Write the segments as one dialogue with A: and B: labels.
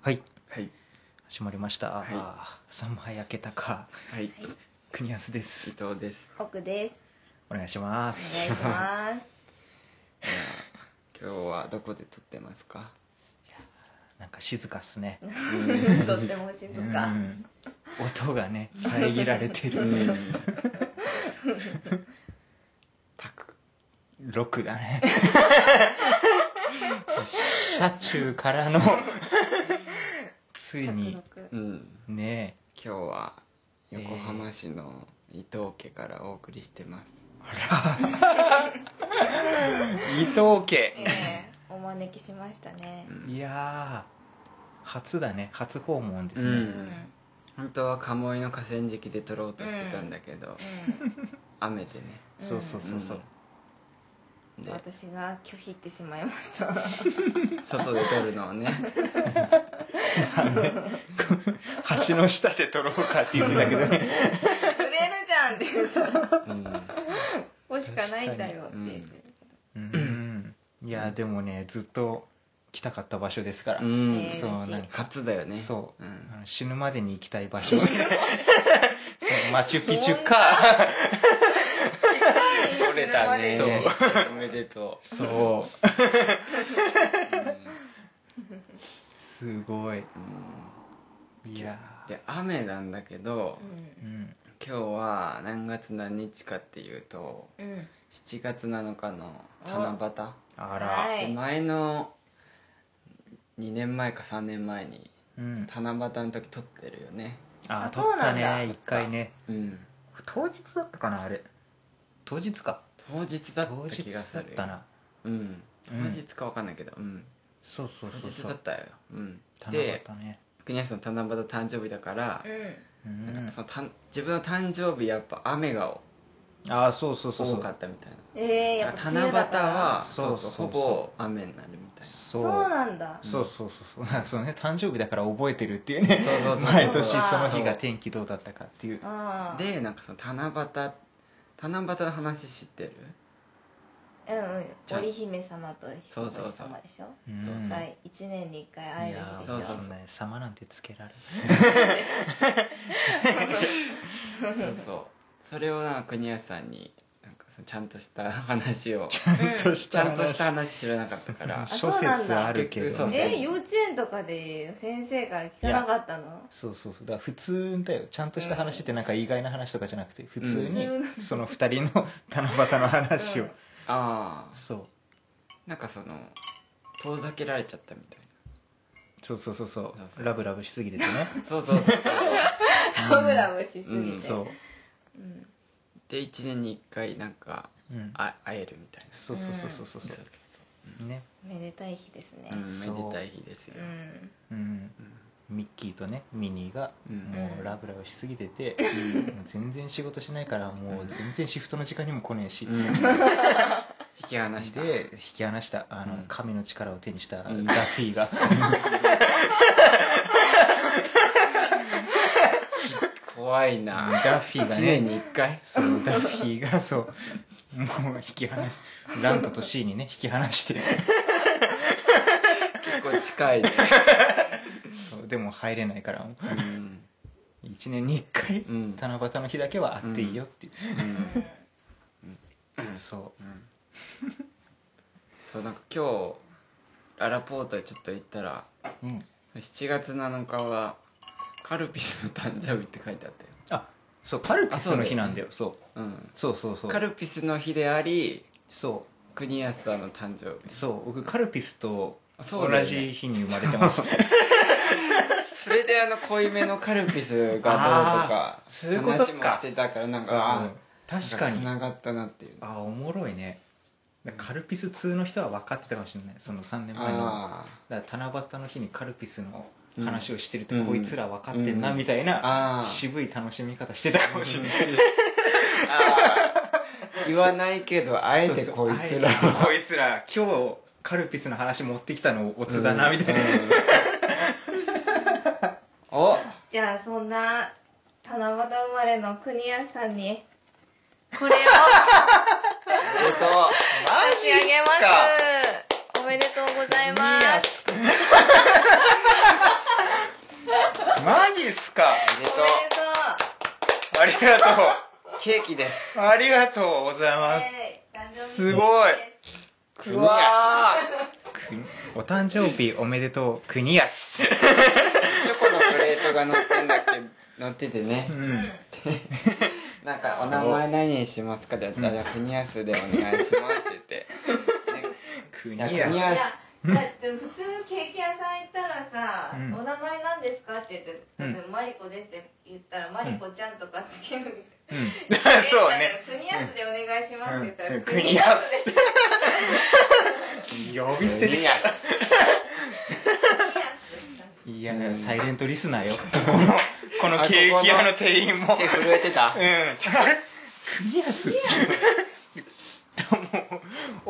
A: はい、
B: はい、
A: 始まりました。
B: い
A: あー三枚焼けたか、
B: はい、伊
C: はい、
A: 国安です。
B: 藤です。
C: 奥です。
A: お願いしま
C: お
A: す。
C: 願いします。
B: いやー、今日はどこで撮ってますか。
A: なんか静かっすね。
C: とっても静
A: う
C: か。
A: ん、音がね、遮られ てる。
B: タク。
A: 六だ ね。車中からのついに
C: 宅
B: う
C: 録
B: ん。
A: ね
B: 今日は横浜市の伊藤家からお送りしてます。
A: 伊藤家、
C: ええお招きしましたね
B: う。ん
A: いやー初だね初訪問です
B: う
A: ね、
C: うんん、うん、
B: 本当は鴨居の河川敷で撮ろうとしてたんだけど、雨でね。
A: そうそうそうそう、
B: うんで、
C: 私が拒否ってしまいました。
B: 外で撮るのをね。
A: 橋の下で撮ろうかって言ってたけどね
C: 売れるじゃんって言った。こ
B: うん。
C: こしかないんだよって言っ
B: 確
C: て。
A: うんいやでもねずっと来たかった場所ですから、
B: うん
C: えー
A: そう
C: 嬉しい
A: なんか
B: 初だよね。
A: そう、
B: ん
A: あの死ぬまでに行きたい場所 そうマチュピチュか
B: 撮れたね。
A: そ
B: そうう。 おめでとう。
A: そうすごい
B: うん
A: いや
B: で雨なんだけど、
A: ーうん
B: 今日は何月何日かっていうと
C: うん。うん。
B: 7月7日の七
A: あら、
C: は
B: 夕、
C: い。
B: 前の2年前か3年前に
A: うん
B: 七夕の時撮ってるよね
A: あ
C: あ
A: 撮った
C: そうなんだ
A: ね一回ね
B: うん
A: 当日だったかなあれ当日か
B: 当日だ
A: 当
B: った
A: 日
B: 気が
A: だ
B: す
A: っ
B: る
A: たな
B: うん当
A: うん
B: 日か分かんないけどうん
A: そうそう
B: 当
A: そう
B: 日
A: そ
B: だっ
A: う
B: たようん
A: 七夕
B: で
A: ね
B: 国安さん七夕誕生日だから
C: う、ん。
A: う
B: なん
A: ん
B: かそのたん自分の誕生日やっぱ雨が
A: あそうそうそう
B: 多
A: そ
B: か
A: う
B: ったみたいな
C: ええやっぱ梅
B: 七夕
C: 雨だから
B: は
A: そ
B: そう
A: そ
B: うそうう
A: そう
B: ほぼ雨になるみたいな
A: そ
C: そううなんだ。
A: そうそうそうそうなんかそのね誕生日だから覚えてるっていうね
B: そうそうそう
A: 毎年そ
C: そう
A: の日が天気どうだったかっていう
C: ああ。
B: でなんかその七夕七夕の話知ってる
C: うんうん。
B: じゃあ
C: 織姫様と
B: そ
C: 彦
B: うそう
C: 星
B: そう
C: 様でしょ。
A: うん
B: そう
A: い
B: そ
C: は
A: や
C: い。一年に一回会える
A: ー
C: 日
B: そう
C: でし
B: そ
C: ょ
B: う。
A: そんな様なんてつけられ
B: そうそうそれをなんか国安さんになんかそのちゃんとした話を
A: ない
C: うん
B: ちゃんとした話知らなかったから
A: 話諸説あるけ
B: そ
A: ど
B: う
A: ね
C: え幼稚園とかで先生から聞かなかったの
A: そうそうそうだから普通だよちゃんとした話ってなんか意外な話とかじゃなくて普通に
C: うん
A: その2人の 七夕の話を、
C: うん
B: ああ
A: そう
B: なんかその遠ざけられちゃったみたい
A: そうそうそうそ
B: そうそうう
A: ラブラブしすぎですね
B: なそうそう そうそう
C: ラブラブしすぎて、
B: うん
A: そう、
C: うん
B: で1年に1回なんか
A: うん、
B: あ会えるみたいな
A: そうそうそうそうそうそうね
C: めでたい日ですね
B: うんめでたい日ですよ
C: う、ん
A: うんミッキーとねミニーが
B: うん
A: もうラブラブしすぎてて、
B: うん
A: もう全然仕事しないからも
B: う
A: うん全然シフトの時間にも来ねえし、
B: うん引き離して
A: で引き離したあの、
B: うん
A: 神の力を手にしたダ
B: うん
A: ッフィー が、
B: 怖いな
A: ダッフィーが
B: 1
A: ね
B: 年に1回
A: そうダッフィーがそうもう引き離ラントとシーにね引き離して
B: 結構近いね、
A: そうでも入れないから
B: うん
A: 1年に1回、
B: うん
A: 七夕の日だけは会っていいよっていう、
B: うん
A: そ
B: うんそうなんか今日ララポートでちょっと行ったら
A: う、うん、
B: 7月7日はカルピスの誕生日って書いてあった
A: あそうカルピスの日なんだよそう
B: よ、
A: そうそう
B: う
A: そ
B: ん、カ
A: う
B: ルピスの日であり
A: そ
B: 国安さんの誕生
A: う
B: 日
A: そう僕カルピスと
B: あそう
A: 同
B: だよね
A: じ日に生まれて ます、
B: それであの濃いめのカルピスがどうと
A: あ
B: か
A: ーそういうことか
B: 話もしてたからなんか、あ
A: うん
B: ー
A: 確か
B: つ
A: に
B: ながったなっていう
A: あおもろいねカルピス通の人は分かってたかもしれないその3年前の
B: あー
A: だから七夕の日にカルピスの話をしてると、
B: うん
A: こいつら分かってんな
B: うん
A: みたいな、
B: あー
A: 渋い楽しみ方してたかもしれない、
B: 言わないけどあえてこいつ ら
A: そうそうあえてこいつら今日カルピスの話持ってきたのオツだなみたいな、
B: うんお
C: じゃあそんな七夕生まれの国安さんにこれを
B: えっと
C: 差し上げますおめでとうございます
A: ですか
B: おめでと
A: ありが
B: うケーキです
A: とうありがとうござい
C: お
A: ま
C: めですとう、えー誕生日
A: すごい
B: 国
A: う
B: 安
A: わーお誕生日おめでとう国安
B: チョコのプレートが乗ってんだっけ乗っててね
A: うん
B: なんか「お名前何にしますか?」で「あじゃあ国安でお願いします」って言って
A: 国
B: いや
A: 安
B: 国
C: い
B: 安
C: やだって普通ケーキ屋さん行ったらさ
A: う
C: 「
A: ん
C: お名前なんですか?」って言って「
A: うん
C: だってマリコです」って言ったら「マリコちゃん」とかつける、
A: うん
C: そ
A: そううね。
C: ね国安でお願いしますって言ったら、
A: うん
C: 国
A: 国
C: 安
A: 安
C: で。
A: 呼び捨てできたいや
B: うん
A: サイレントリスナーよ このこのケーキ屋の店員も
B: 手震えてた
A: うん。あれ国安って。もう、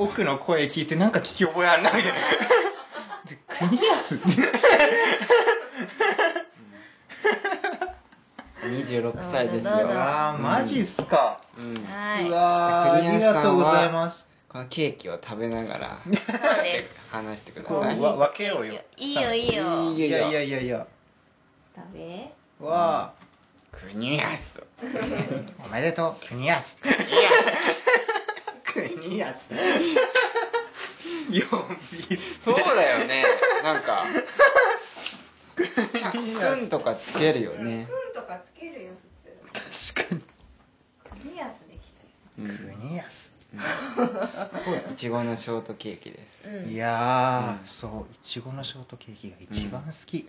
A: 奥の声聞いてなんか聞き覚えあるな、みたいな。で国安って。
B: 26歳ですよ
C: どうぞどうぞ
A: あー、マジっすか。
B: うん
A: う
C: は
A: わー、ありがとうございます。
B: このケーキを食べながら
C: い。そうです。
B: 話してくだ
A: こう
B: さい
A: わ分けようよ。
C: いいよいいよ。
A: いやいやいやいや。
C: 食べ。
A: わ
B: 国安
A: ー、おめでとう、国安。
B: 国安
A: 国安。よ、
B: そうだよねなんか「くん」とかつけるよね
C: うんとかつけるよ普
A: 確かに。
C: 通。国安でき
B: うん
A: 国安。
B: いちごのショートケーキです
C: たよ。うん。
A: いやー、
B: うん
A: そう、いちごのショートケーキが一番好き。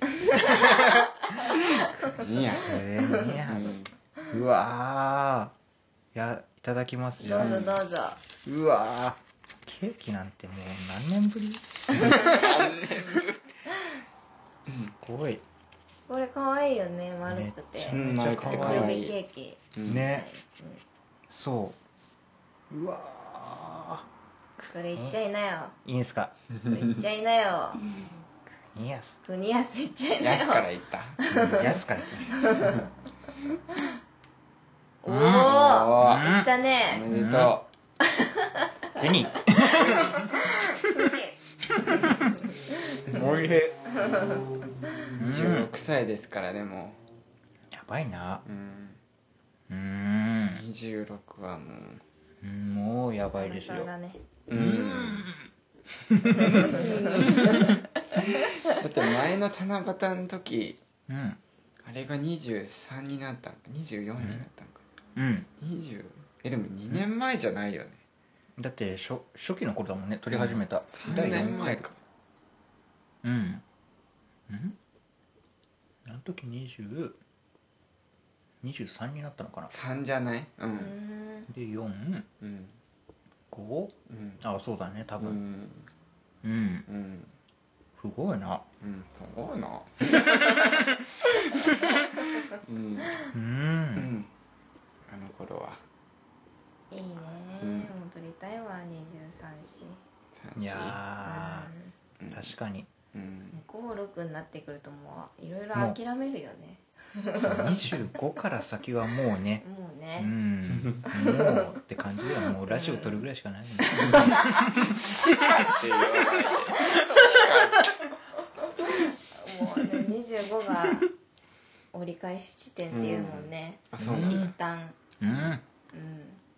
B: 国安
A: えー、ニャスうわーいやいただきますじ
C: ど
A: ゃあ
C: うぞどうぞ。
A: うわーケーキなんてもう何年ぶりすごい
C: これ可愛いよね丸くて。
B: うん丸くて
C: チ
B: 可
C: ョ
B: 愛
C: ビケ
B: い
C: ーキ。
B: うん
A: ねそううわ
C: それ言っちゃいなよ。
A: ーいいんすか
C: それ言っちゃいなよ。
A: ニャス
C: 国安言っちゃいな
B: 安か
C: よ。
B: ら言った
A: やすから
C: お
A: うん
C: お。
B: お
A: うん
C: いった
B: ーお
C: ね。
B: めでと
A: 手においしいううん
B: 26歳ですからでも
A: やばいな
B: うん
A: うーん
B: 26はもう
A: うんもうやばいです
C: そ
A: よ
C: うだね。
B: うん だって前の七夕の時
A: うん
B: あれが23になったんか24になったんか
A: うん
B: 20えでも2年前じゃないよね
A: だって初初期の頃だもんね撮り始めた、
B: 3年前か
A: うん。んあの時20、23になったのかな
B: 3じゃないう
C: うんん。
A: で、4、
B: うん
A: 5?
B: うん
A: あ、そうだね、多
B: う
A: 分。
B: ん
A: うん。
B: うん
A: すごいな。
B: うんすごい なうん
A: う。
B: うんんあの頃はい
C: いね、
B: うん
C: もう撮りたいわ23し、
B: 3
A: い
B: し
A: や
B: う
A: ー、
B: ん
A: 確かに。
B: うん
C: うん、56になってくるともういろいろ
A: もう
C: 諦めるよね
A: そう、25から先はもうね、
C: もう
A: う
C: ね、
A: ん。もうって感じでは、もうラジオ撮るぐらいしかないね。
B: って言わないで
C: もうね25が折り返し地点っていうもんね、
B: あそうなん
C: 一
B: だ
C: 旦
A: うん。
C: うん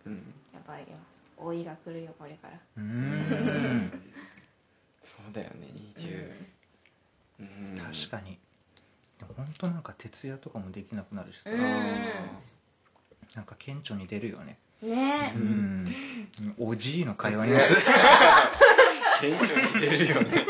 B: うん
C: やばいよ老いが来るよこれから
A: うん。
B: そうだよね20うん
A: 確かに。でもほんとなんか徹夜とかもできなくなるしさ、
C: うん
A: なんか顕著に出るよね。
C: ね
A: う
C: え
A: ん、おじいの会話になる
B: 顕著に出るよね
C: いやほんとほん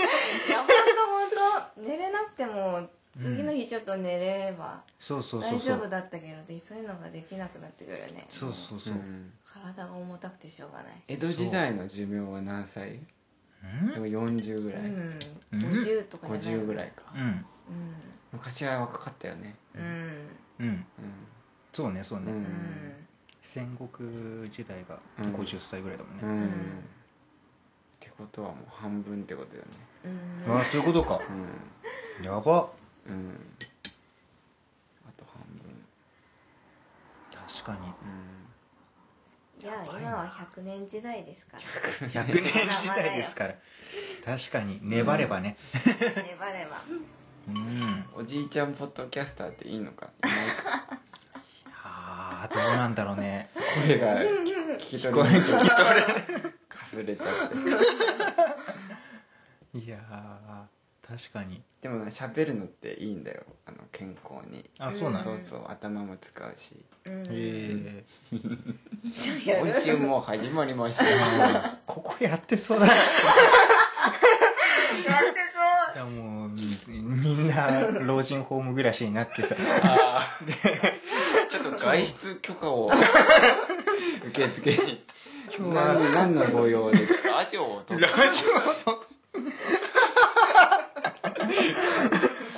C: と寝れなくても次の日ちょっと寝れれば
A: そうそうそ
C: 大
A: うそ
C: 丈夫
A: う
C: だったけどでそういうのができなくなってくるよね
A: そう そうそうう、
B: ん
C: 体が重たくてしょうがない
B: 江戸時代の寿命は何歳で
A: うん
B: も40ぐらい、
C: うん、
A: うん
C: 50とかじゃない
B: 50ぐらいか、
A: うん
B: 昔は若かったよね
C: うんうん
A: うん
B: う
A: そうねそうね、
B: うん
A: 戦国時代が
B: うん
A: 50歳ぐらいだもんね、
B: ん、うん
C: うん
B: ってことはもう半分ってことよね
C: うん
A: ああそういうことかやば
B: うんうんあと半分
A: 確か に
B: う
C: じゃあ今は100年時代ですから
A: 100年時代ですから確かに粘ればね、
C: 粘れば
A: ううん
B: おじいちゃんポッドキャスターっていいのか
A: あーどうなんだろうね
B: 声が聞き取れない聞き取れかすれちゃって
A: いやー確かに
B: でも喋るのっていいんだよあの健康に
A: あそうなんん
B: そ
A: だ
B: うそう頭も使うし
C: うん
A: え
C: じゃあやる
B: 今週も始まりました
A: ー、ここやってそうだな
C: なんか
A: いやもうみんな老人ホーム暮らしになってさ
B: ちょっと外出許可を受付に
A: 今日は
B: 何何のご用でラジオを撮って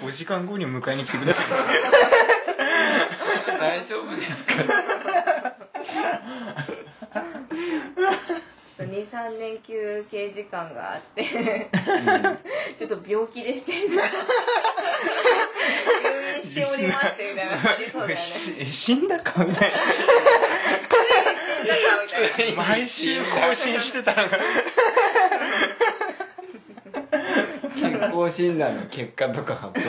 A: 5時間後に迎えに来てください
B: 大丈夫ですか
C: こうちょっと23年休憩時間があって ちょっと病気でしてみた いな入院しておりましてみたいな感じそうだよね死ん
A: し死んだかみたい
C: だかみたいな
A: な毎週更新してたのが
B: 健康診断の結果とか発表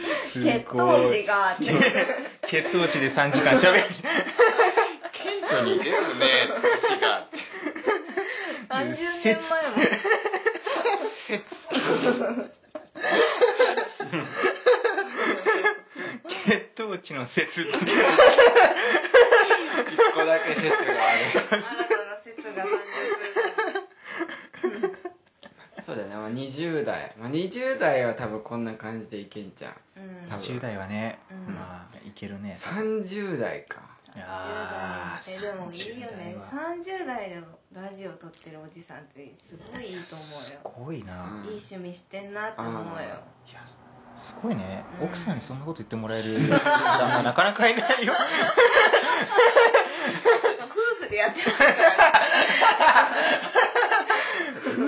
B: し
A: す
C: 血糖値があって
A: 血糖値で3時間しゃべる
B: て顕著に出るね年が
C: 30年前も
A: 血糖値の説
B: 一個だけ説があ
C: 新たな説が誕生
B: るそうだね、まあ、20代、まあ、20代は多分こんな感じでいけんじゃん
C: するう
B: 多分
C: ん
A: 10代はね、
C: うん
A: まあいけるね
B: 30代か
A: あー
C: えでもいいよ
A: 30代
C: ね
A: は
C: 30代でもラジオ撮ってるおじさんってすごいいいと
A: す
C: 思
A: ごいな、
C: うよいい趣味してんなって思うよ
A: いやすごいね、
C: うん
A: 奥さんにそんなこと言ってもらえ る旦那なかなかいないよ
C: 夫婦でやってる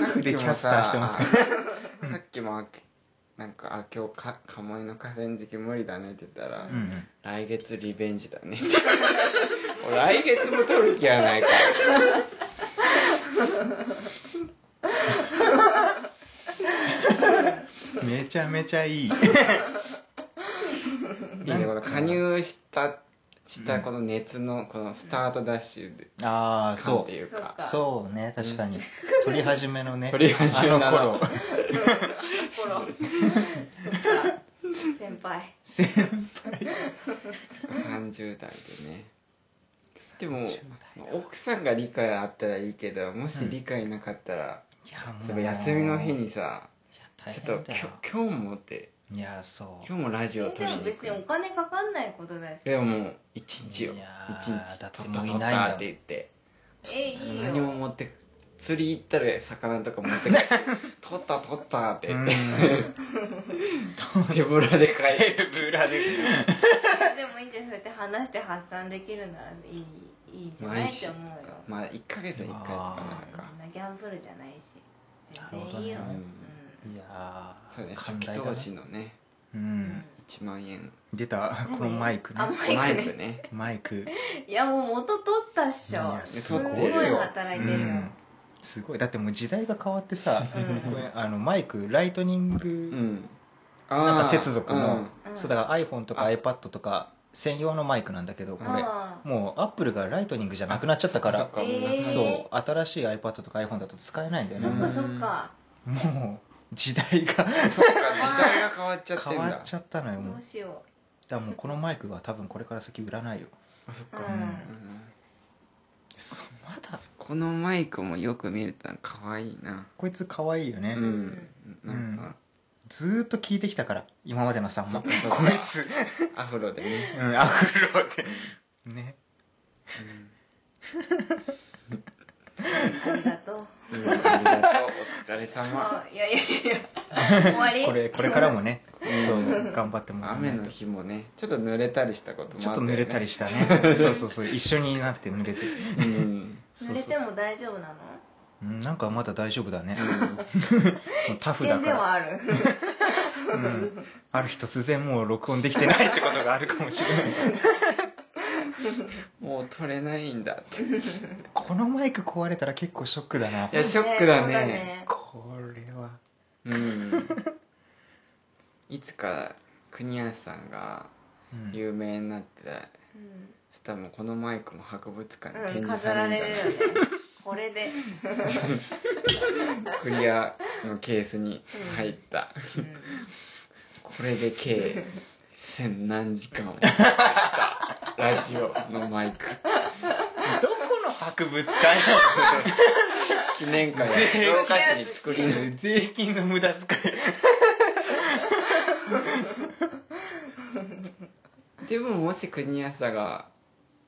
A: 夫婦でキャスターしてますから
B: さっきも あなんかあ今日か鴨居の河川敷無理だねって言ったら、
A: うんうん
B: 来月リベンジだねって もう来月も取る気はないから
A: めちゃめちゃいい
B: いいねこの加入したしたこの熱のこのスタートダッシュで
A: ああ
B: 感っ
A: そ
B: ていう
C: そう
B: か
C: か
A: そうね確かに、取り始めのね
B: 取り始め
A: あ
B: なの
A: の頃
C: 頃先輩
A: 先
B: 30代でねでも奥さんが理解あったらいいけどもし理解なかったら、
A: いやも
B: 例えば休みの日
A: い
B: にさ
A: や大
B: ちょっ
A: 変
B: と
A: だよ
B: きょ今日もって
A: いやそう
B: 今日もラジオ
C: え
B: 撮
C: で
B: り
C: も
B: に行
C: 別にお
B: く
C: 金かかんないことだし
B: でももう一日よ
A: いやー
B: 一日
A: だって
B: 撮っ
A: も
B: た
A: う
B: 撮
A: い
B: っ
A: ないよ
B: たって言って
C: えいい
B: 何も
C: よ
B: 持って釣り行ったら魚とか持って帰って 撮った撮ったって言って手ぶらで帰って
A: ブラで
C: でもいいんじゃんそうやって話して発散できるならいいいいんじゃないって思うよ
B: まあ1ヶ月に1回とかなんか
C: そんなギャンブルじゃないし全然いいよ
A: なるほどね
C: うん
A: いやー
B: そうね初
A: 寛
B: 期
A: 大だ
B: 投資のね
A: う
C: うんん
B: 1万円
A: 出た
C: 何
A: このマイクね
C: あ
B: マ
C: マ
B: イ
C: イ
B: ク
C: クね
B: ね
A: マイク
C: いやもう元取ったっし
A: い
C: ょ
A: や
C: す
A: そ
C: ご
A: う
C: い
A: 取れるよ
C: 働いてるよ、
A: うんすごいだってもう時代が変わってさ、
C: うん
A: これあのマイクライトニン
B: う
A: グ
B: ん
A: なん
B: あ
A: か
B: あ
A: 接続も、
C: うん
A: そうだから iPhone とか
B: あ
A: iPad とか専用のマイクなんだけどこれ
C: あ
A: もう Apple がライトニングじゃなくなっちゃったから
B: そっかもうなくなっ
C: えー
B: ちゃった
A: そう新しい iPad とか iPhone だと使えないんだ
C: あ
A: よ
C: そ
A: ね、
C: っかそっか
A: もう時代が
B: そっか時代が変わっちゃってん
A: 変わっ
B: だ
A: ちゃったのよもう
C: どうしよ
A: だからもうこのマイクは多分これから先売らないよ
B: あそっ
C: う、
B: か
C: う
A: うん
C: ん
B: うん
A: そうまだ
B: このマイクもよく見ると可愛いな
A: こいつ可愛いよね、
B: うんなんか
A: ずーっと聞いてきたから今までのさん
B: そ
A: も
B: っ
A: こ
B: かそっか
A: いつ
B: アフロでね
A: うんアフロってね
C: ありがと う
B: うんありがとうお疲れ様
C: あいやいやいや終わ り
A: これこれからもね
B: そ
A: そうう頑張ってもらわな
B: 雨
A: いと
B: の日もねちょっと濡れたりしたこともあ
A: ちょっと濡れたり
B: し
A: したねそうそうそう一緒になって濡れて
B: うん
A: そ
C: 濡
A: うそ
C: れ
A: うそう
C: ても大丈夫なの
A: うんなんかまだ大丈夫だね もうタフ
C: 危
A: だ
C: 険
A: か
C: で
A: ら
C: はある
A: うんある日突然もう録音できてないってことがあるかもしれない
B: もう取れないん だって
A: このマイク壊れたら結構ショックだない
B: やショックだね
C: そうだね
A: これは
B: うんいつか国安さんが
A: うん
B: 有名になってた、
C: うん
B: そしたらもうこのマイクも博物館に展
C: うん、
B: 示
C: 飾
B: さ
C: ら
B: れ
C: れる
B: るん
C: よね
B: じゃ
C: これで、
B: ないクリアのケースに入った、
C: う
B: これで計千何時間をやったラジオのマイク
A: どこの博物館
B: 記念会を静岡市に作り
A: やの税金の無駄遣い
B: でももし国安さんが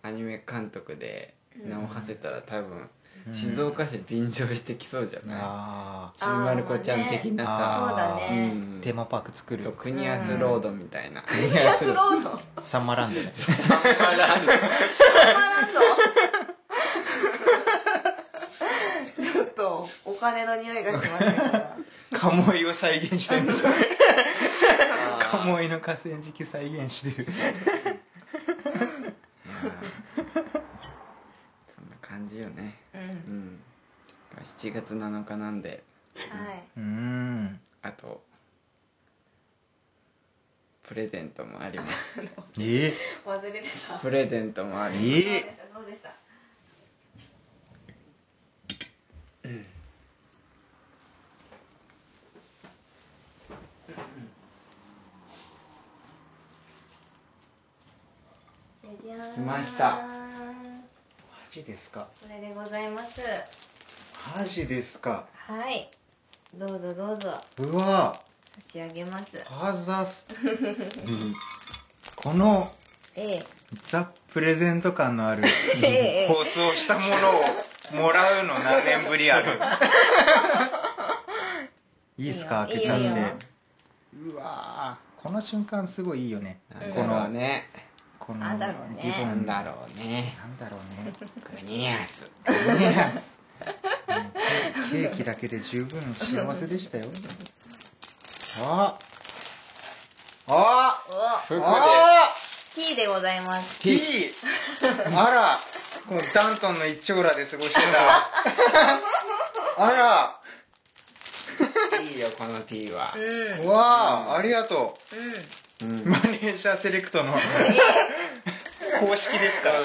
B: アニメ監督で
C: ん
B: 名を馳せたら多分
A: うん
B: 静岡市便乗してきそうじゃない、
A: あ
B: ちびまる子ちゃん的なさ、
A: あーまあね
C: そうだね
B: ん
A: ーテーマパーク作る
B: そう国安ロードみたいな、
C: んピアスロード
A: サンマランド ね
C: サンマランドちょっとお金の匂いがします から
A: カモイを再現してるでしょ
B: あー
A: カモイの河川敷再現してる
B: いやーそんな感じよね
C: う
B: うんん7月7日なんで
C: はい、
A: うん
B: あとプレゼントもあります
A: え
C: 忘れてた
B: プレゼントもあ
A: え
B: り
C: どうで
A: え
C: したどうでしたじゃじゃーん
B: 来ました
A: マジですか
C: これでございます
A: マジですか
C: はいどうぞどうぞ
A: うわ
C: 差し上げます
A: あざすうんこの
C: え
A: ザ・プレゼント感のある
C: えええ
A: 放送したものをもらうの何年ぶりあ るいいっすか
C: い
A: 開け
C: いよ
A: ちゃっ
C: いいよ
A: てうわーこの瞬間すごいいいよね
B: なん
A: こ
B: だろう
A: の
B: ね、
A: この
C: なんだろうね
A: リボン
B: なんだろうね
A: なんだろうね
B: 国
A: イ
B: 安
A: エスケーキだけで十分幸せでしたよああ
C: お
B: 服で
A: あ
C: T でございます。
A: T あらこうダントンの一丁羅で過ごしてたあら
B: いいよこの T は
C: うん。うん。
A: うわあありがと
B: うん、
A: うマネージャーセレクトの公式ですから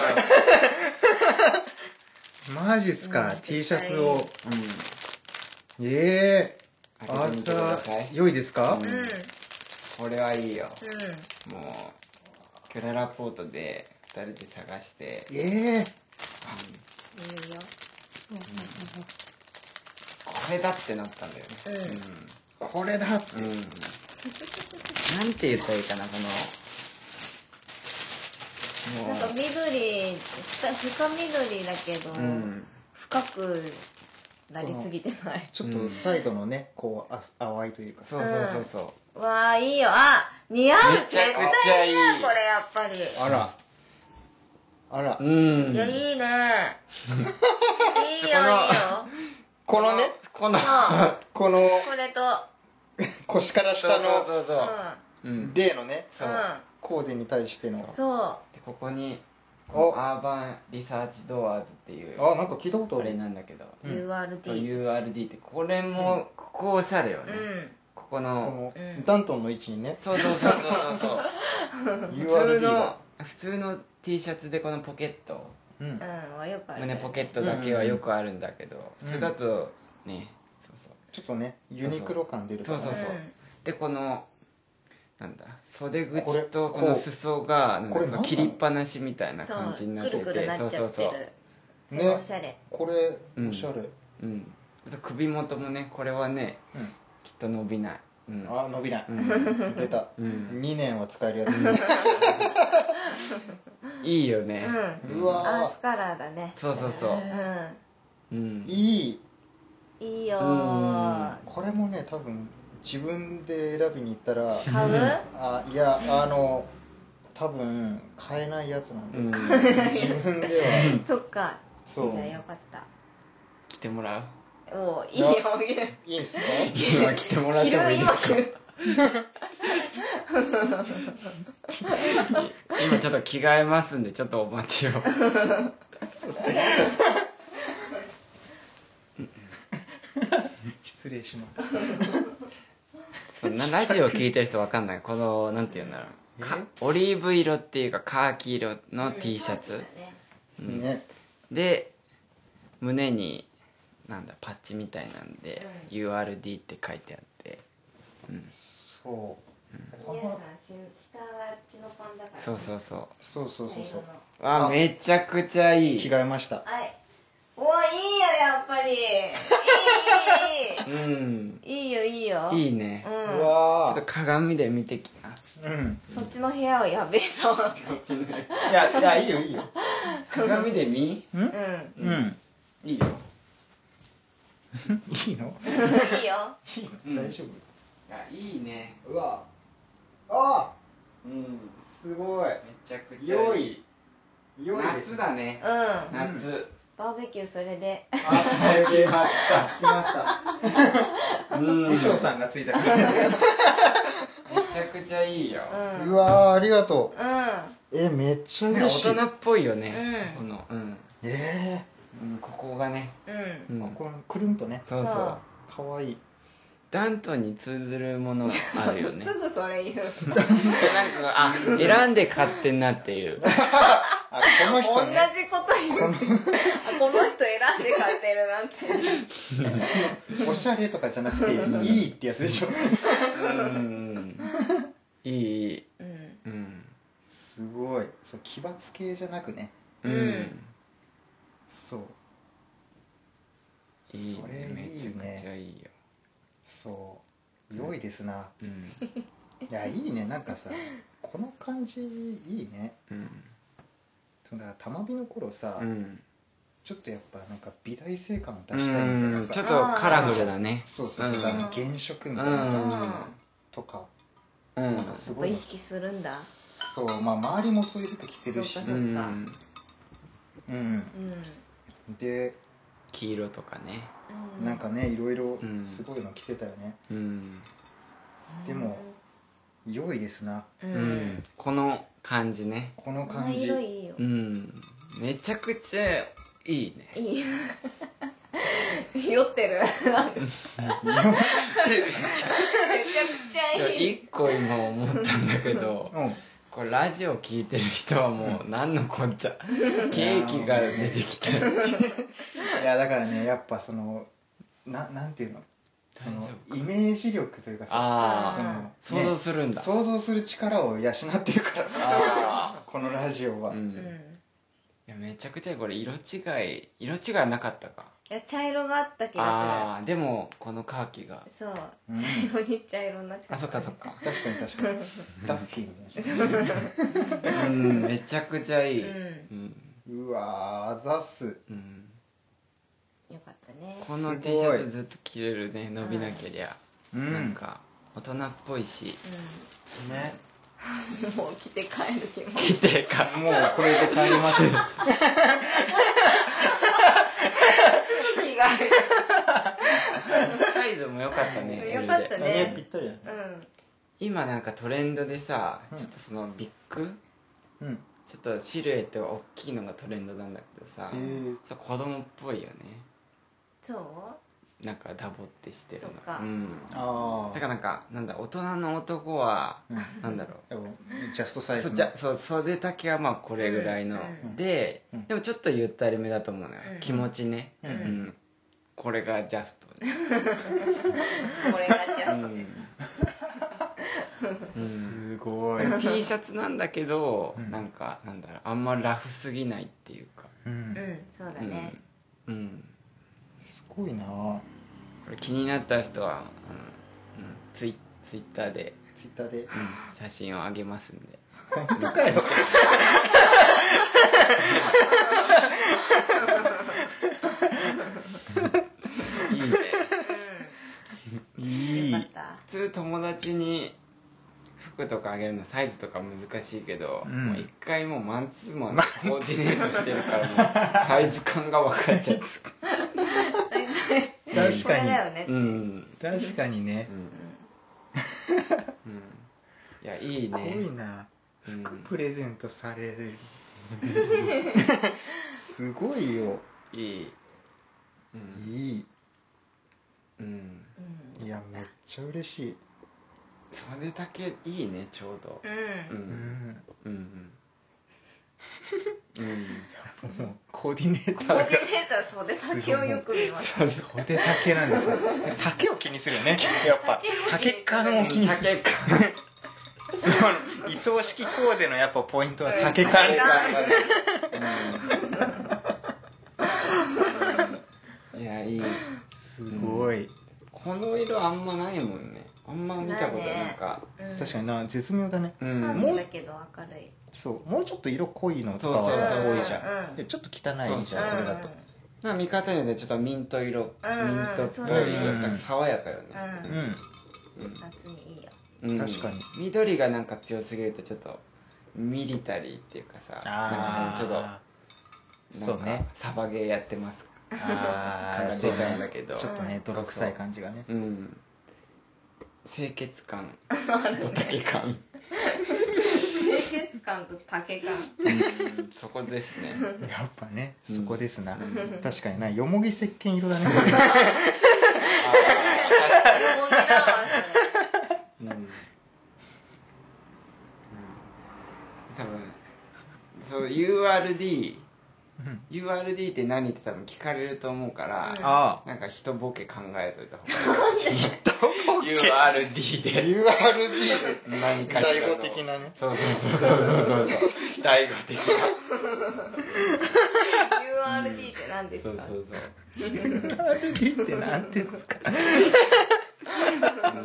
A: マジっすか、
C: うん
A: T シャツを
B: う
A: ええ
B: ん
A: あ
B: 開けてみてく
A: ざ
B: ださい
A: 良いですか、
B: う
C: うんん。うん。
B: これはいいよもうキュララポートで2人で探して、
A: ええ
B: うん
C: いいよ。
B: これだってなったんだよね
A: これだって
B: うん、うん、なんて言ったらいいかなこの
C: なんか
B: も
C: 緑、深深緑だけど、
B: ううん
C: 深くなりすぎてない。
A: ちょっとサイドのね、こうあ淡いというか
B: そうそうそうそう、
C: わあ、いいよ。あ、似合う
B: めちゃくちゃいい
C: 絶対似合うこれやっぱり。
A: あらあら
B: うん
C: いや、い いね。いいよ、いい
B: この
C: よ。
A: このね
B: この
C: あ
A: この
C: これと、
A: 腰から下の
B: そうそう
C: う
B: そ
C: ん。
B: う、うん、で
A: 例のね
B: そう
C: う
A: コーデに対しての
C: ん。そう。
B: ここに
A: お
B: アーバンリサーチドアーズっていう
A: あなんか聞いたこと
B: こ
A: あ
B: れ
A: る
B: なんだけど、
A: うん
C: URD。
B: URD ってこれもここおしゃれよ
C: う
B: ね、
C: ん。
B: ここ
A: こ
B: の
A: の
C: うん
A: ダントンの位置にね
B: そうそうそうそうそう普
A: URD
B: 通の
A: が
B: 普通の T シャツでこのポケット
A: うん
C: うん、はよくある。
B: 胸ポケットだけはよくあるんだけど、
A: うん
B: それだとねそうそう
A: ちょっとねユニクロ感出るからね
B: そうそうでこのなんだ袖口と
A: これ
B: この裾がなん
A: これ
B: だ
A: なんなの
B: か切りっぱなしみたいな
C: そう
B: 感じになって
C: くるくる
B: て
C: なっちゃ
B: そ
C: っ
B: う
C: て
B: そ
C: る
B: うそう
C: すごいおしゃれ、
A: これ
B: うん
A: おしゃれ、
B: うんあと首元もねこれはねきっと伸びないうん
A: あ伸びない、
B: うん
A: 出た、
B: うん
A: 2年は使えるやつ、
B: いいよね
A: う
B: うん
C: アー
A: わ
C: スカラーだね
B: そうそうそう
C: う
B: うん
A: ーいい
C: んいいよ
B: うん
C: ー
A: これもね多分自分で選びに行ったら
C: 買う
A: あいやあの多分買えないやつなんで、
B: うん
A: 自分では
C: そっか
A: そう
C: いいねよかった
B: 着てもら う
C: おーいいよ
A: いいんすか
B: 今着てもらって
C: 昼
B: もいいで
C: 今
B: すか 今ちょっと着替えますんでちょっとお待ちを
A: 失礼します
B: そ んなラジオ聞いてる人わかんないこのなんて言うんだろうかオリーブ色っていうかカーキ色の T シャツ、うん
A: ね
B: で胸になんだパッチみたいなんで、URD って書いてあって、うん、
A: そうこ
C: 皆
A: の
C: さんし下が血のパンだから、
B: そうそうそ
A: そうそうそうそう
B: うわ
A: あ
B: めちゃくちゃいい
A: 着替えました
C: はいおいいよやっぱり
B: うん
C: いいいいいいいいよいいよ
B: いいね
C: う
A: うん
B: ちょ
A: わ
B: っと鏡で見てきあ
A: ーうん
C: そっちの部屋はやべえぞ
A: いやいやいいよいいよ
B: 鏡で見
A: う
C: うん ん
A: うん
B: いいよ
A: いいの
C: いいよ
A: いい
B: うん
A: の大丈
B: あいいね
A: 夫うわあ
B: うん
A: すごい
B: めちゃくちゃ
A: 良
B: いい
A: い良いです
B: 夏だね
C: うんバ
B: 夏
C: ーベキューそれで
A: あこれで来ました
B: うん
A: 衣装さんがついたから
B: めちゃくちゃいいよ
C: う、ん
A: うわーありがと
C: うん
A: うえめっちゃ
B: なんか
A: 嬉しい
B: 大人っぽいよね、
C: うん
B: この、うん
A: え
B: うん、ここがね、
C: うん
B: う
A: え
B: ん、
A: このくるんとね
B: そうそ
C: そう
B: う
A: かわいい
B: ダントンに通ずるものあるよね
C: すぐ それ言う
B: なんかあ選んで買ってんなっていう
A: あこの人ね
C: 同じこと言うあこの人選んで買ってるなんて
A: おしゃれとかじゃなくていいってやつでしょ
B: うんいいいい
C: うん
B: うん
A: すごいそう奇抜系じゃなくね
B: うん、
C: うん
A: そう
B: いい
A: それいい
B: ね
A: ね
B: めちゃくちゃいいよ、
A: そう良いですな、
B: うん
A: いやいい ねなんかさこの感じいいね
B: うん
A: そのだから玉火の頃さ、
B: うん
A: ちょっとやっぱなんか美大生感を
B: う
A: 出したいみたいなさ
B: んちょっとカラフルだね
A: そうそうそう、
B: うん
A: あの原色み
B: う
A: たいなさ、
B: ん
A: とか
B: うんうん
A: なんかす
C: やっ
A: ご
C: ぱ
A: い
C: 意
A: な
C: 識するんだ
A: そうまあ周りもそういう服着てるし
C: そう
B: う
C: か
B: ん
A: うん
C: うん
A: で
B: 黄色とかね
C: う
A: なんかねいろいろ
B: うん
A: すごいの着てたよね、
B: うん、
A: でも良いですな
C: う、
B: うんん、この感じね
A: この
C: この
A: 感じ
C: 色いいよ
B: うんめちゃくちゃいいね
C: いい酔ってる めちゃくちゃ
B: いや
C: いい
B: 一個今思ったんだけど
A: うん
B: これラジオ聞いてる人はもう何のこっちゃケーキが出てきた
A: いやだからねやっぱそのななんていうのそ
B: 大
A: の
B: 丈夫
A: イメージ力というかさ
B: あ
A: その
B: あ
A: ね
B: 想像するんだ
A: 想像する力を養ってるか
B: あ
A: らこのラジオ
B: あ
A: は、
B: うん
C: う
B: い
C: ん
B: やめちゃくちゃこれ色違い色違いなかったか
C: いや茶色があった気が
B: ああでもこのカーキが
C: するそう
A: うん
C: 茶色に茶色になっちゃ
B: あ
C: った
B: そっかそっか
A: 確かに確 かにダッフィーみたい
B: うんめちゃくちゃ
C: う
B: い
C: ん
B: いうん
A: なうわーあざっす
B: うん
C: よかったね
B: この T シャツずっと着れるね伸びなけりゃ
A: う
B: なん
A: ん
B: か大人っぽいし
A: ね
C: うんもう着て帰る気も
B: 着てか
A: もうこれで帰ります
C: 気が
B: サイズも良かったね
C: 良かったね
B: L で
A: ぴったりだ
C: うん
B: 今なんかトレンドでさ
A: うん
B: ちょっとそのビッグ
A: うん
B: ちょっとシルエットが大きいのがトレンドなんだけどさ
A: へー
B: そう子供っぽいよね
C: そう
B: なんかダボってしてるの
C: そっか
B: うん
A: あ
B: だ
A: あ
B: からなんかなんだ大人の男は
A: うん
B: なんだろう
A: でもジャストサイ
B: そ
A: ズ
B: うじゃそう袖丈はまあこれぐらいの、
C: うん
B: で、
A: うん
B: でもちょっとゆったりめだと思うのよ、
C: うん
B: 気持ちね、
A: うん
B: うんこれがジャスト、
C: これがじ
B: う
C: ゃ
B: んうん
A: すごい、
B: T シャツなんだけど、
A: うん
B: なんかなんだろうあんまラフすぎないっていうか、
A: う、
C: うんんそうだね
B: うん、うん
A: すごいな
B: これ気になった人はあの、うん、ツイツイッターで、
A: ツイッターで
B: うん写真をあげますんで
A: 本当かよ
B: いいね
C: うん
A: い
C: よかった
B: 普通友達に服とかあげるのサイズとか難しいけど、
A: うん
B: もう一回もうマンツーマンでコーディネートしてるからもうサイズ感が分か っちゃって
A: 確かに
C: これだよね
B: うんうん
A: 確かにね
B: うんいやいい
A: すごい
B: ね
A: な
B: うん
A: 服プレゼントされ るすごいよ
B: いいうん
A: いい
B: うん
C: うん
A: いやめっちゃ嬉しい
B: それだけいいねちょうどう
C: うん
A: うんん
B: うんうんうん
A: もうコーディネー
C: コ
A: タ
C: ー
A: ー
C: ディネーター袖先をよく見ます
A: がそれだけなんですよ丈を気にするよねやっぱ丈感を気にする
B: 竹か
A: その伊藤式コーデのやっぱポイントは丈感
C: 丈感
B: うんいやいい
A: すごい
B: この色あんまないもんねあんま見たことなんか
C: うん
A: 確かにな絶妙だね
B: う
C: ハ
B: ん
C: ードだけど明るい
A: そうもうちょっと色濃いのとかは
B: そうそうそう
A: 多いじゃ
C: うん
A: んでちょっと汚いじ
B: そう
A: ゃんそ
B: そ
A: れだと
B: なんか見方によってちょっとミント色、
C: うんうん
B: ミントっぽい色した
A: うん
B: 爽やかよね、
C: うん
A: うん
B: うん
C: 夏にいいよ
B: うん
A: 確かに
B: 緑がなんか強すぎるとちょっとミリタリーっていうかさなん
A: あ
B: か
A: あ
B: そのちょっと
A: そう
B: なん
A: ね
B: かサバゲーやってます
A: あ
B: 感
A: あ
B: が
A: そうね
B: 出ちゃうんだけど
A: ちょっと
C: う
A: ね
C: ん
A: 泥臭い感じがね
B: うん清潔感と竹感、
C: 清潔感と竹感
B: うん そこですね
A: やっぱね
B: うん
A: そこですな
B: うん
A: 確かになよもぎ石鹸色だね
C: もう似合うわそれ
B: うん、うん、多分そう URDURD
A: うん
B: って何って多分聞かれると思うから、
C: うん
A: あ
B: なんか人ボケ考えといた方が
A: あ
B: いい URD で
A: URG
B: 何かしら
A: 第
B: の
A: 語的なね
B: そうそうそうそうそうそう大悟的な
C: URD って何です
B: そ
C: か
B: うそうそう
A: URG って何ですか
B: う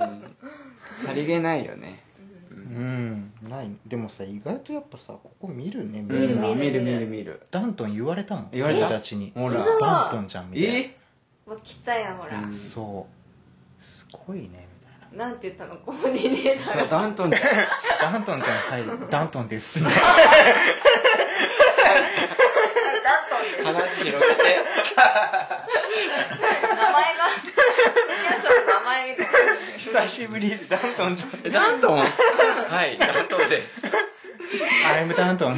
B: んさりげないよね
A: うんないでもさ意外とやっぱさここ見るねみ
B: うん
A: んな
B: 見る見る見る
A: ダントン言われたもん
B: 言われた
A: 友達に
B: ほら
A: ダントンじゃんみたいな
B: え
C: うわ来たやほら
B: うん
A: そうすごいねみたいな
C: なんて言ったのコーディネーター
B: ダントンじゃん
A: ダントンじゃんはいダントンです
C: だったんで
B: 話広
C: す
B: げて
C: 名前が皆さんの名前みたいな
A: 久しぶりダントンじゃん
B: えダントンはいダントンです、
A: アイムダントン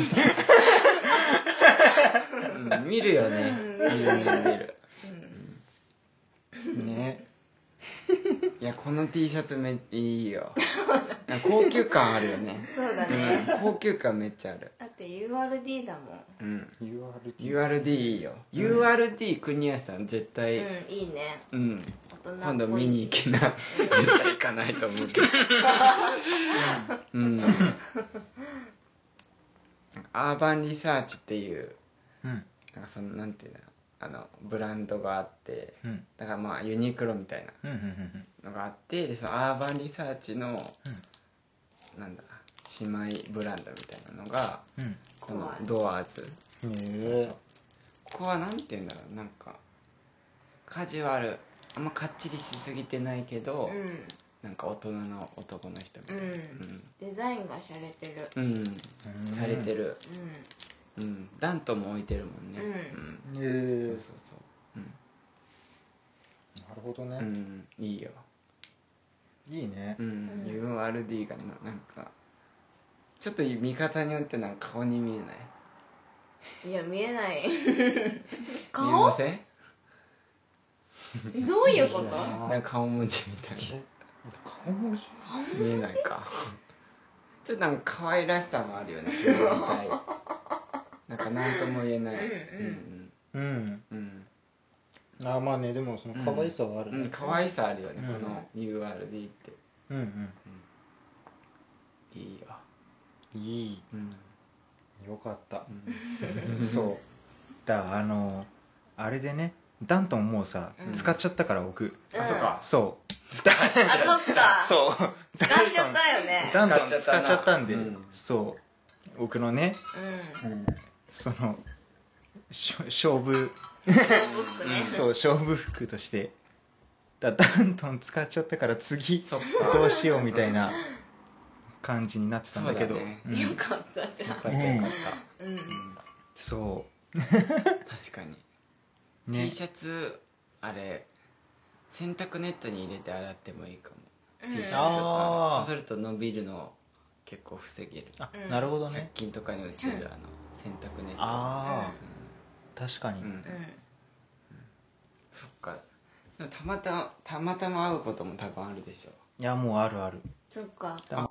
B: うん、見るよね見る見る見る
A: ね
B: いやこの T シャツめいいよなんか高級感あるよね
C: そうだね
B: 高級感めっちゃある
C: だって URD だもん
B: うん
A: URD
B: URD いいよ、URD 国安さん絶対
C: うんいいね
B: うん
C: 大人っぽいし
B: 今度見に行けな絶対行かないと思う けどうん、うんアーバンリサーチっていう
A: うん
B: なんかそのなんていうのあのブランドがあって
A: うん
B: だからまあユニクロみたいな
A: うんうんうん
B: のがあってでそのアーバンリサーチの、なんだ姉妹ブランドみたいなのが
A: うん
B: このドアーズ
A: うん
B: そう
A: ね
B: そうここはなんて言うんだろうなんかカジュアルあんまかっちりしすぎてないけど、
C: うん
B: なんか大人の男の人みた
C: う
B: いな、
C: んデザインが洒落てる
B: うんうん
A: え
B: されてる、
C: うん
B: うん、ダントも置いてるもんね、
A: え
B: うん
A: ー
B: そうそうそう
A: なるほど
B: うん、
A: ね
B: うん、いいよ、
A: いいね
B: うん URD がねなんかちょっと見方によってなんか顔に見えない
C: いや見えない
B: 見えま
C: 顔
B: せん
C: どういうこと
A: いや
B: なんか顔文字みたい
A: え顔文字
B: な見えないか ちょっとなんか可愛らしさもあるよねこの自体 なんか何とも言えない
C: うん
A: うん
B: うんうん
A: あーまあねでもその可愛さはある
B: うん、うん、
A: ね
B: 可愛さあるよね、
A: うん
B: この URD って
A: うん
B: いいよ、
A: うんいい
B: うん
A: よかった
B: うん、
A: そうだあのあれでねダントンもうさ、
C: うん
A: 使っちゃったから僕
C: うんあそっか
A: そう
C: あそっか
A: そうダ
C: 使っ
A: ン
C: ちゃ
A: ト
C: っ
A: ン
C: たよね
A: ダントン使っちゃったんで、
B: うん
A: そう僕のね
C: うん
A: そのしょ勝負
C: 勝負服ね
A: そう勝負服としてだダントン使っちゃったから次
B: そっか
A: どうしようみたいな感じになってたんだけど
B: そうだね
A: うん
C: よかったじゃ
B: よ
C: ん
B: かったよかった、
C: うん
A: そ
B: 確かに、
A: うね
B: T シャツあれ洗濯ネットに入れて洗ってもいいかも、
C: うん
B: T シャツと
A: あ
B: か
A: あー
B: そうすると伸びるのを結構防げる
A: あ
C: うん
A: なるほど
B: 100
A: ね
B: 均とかに売ってる、あの洗濯ネット
A: ああ確かに、
B: うん、うん
C: うん
B: そっかでもたまたまたまたま会うことも多分あるでしょ
A: いやもうあるある
D: そっか
C: あ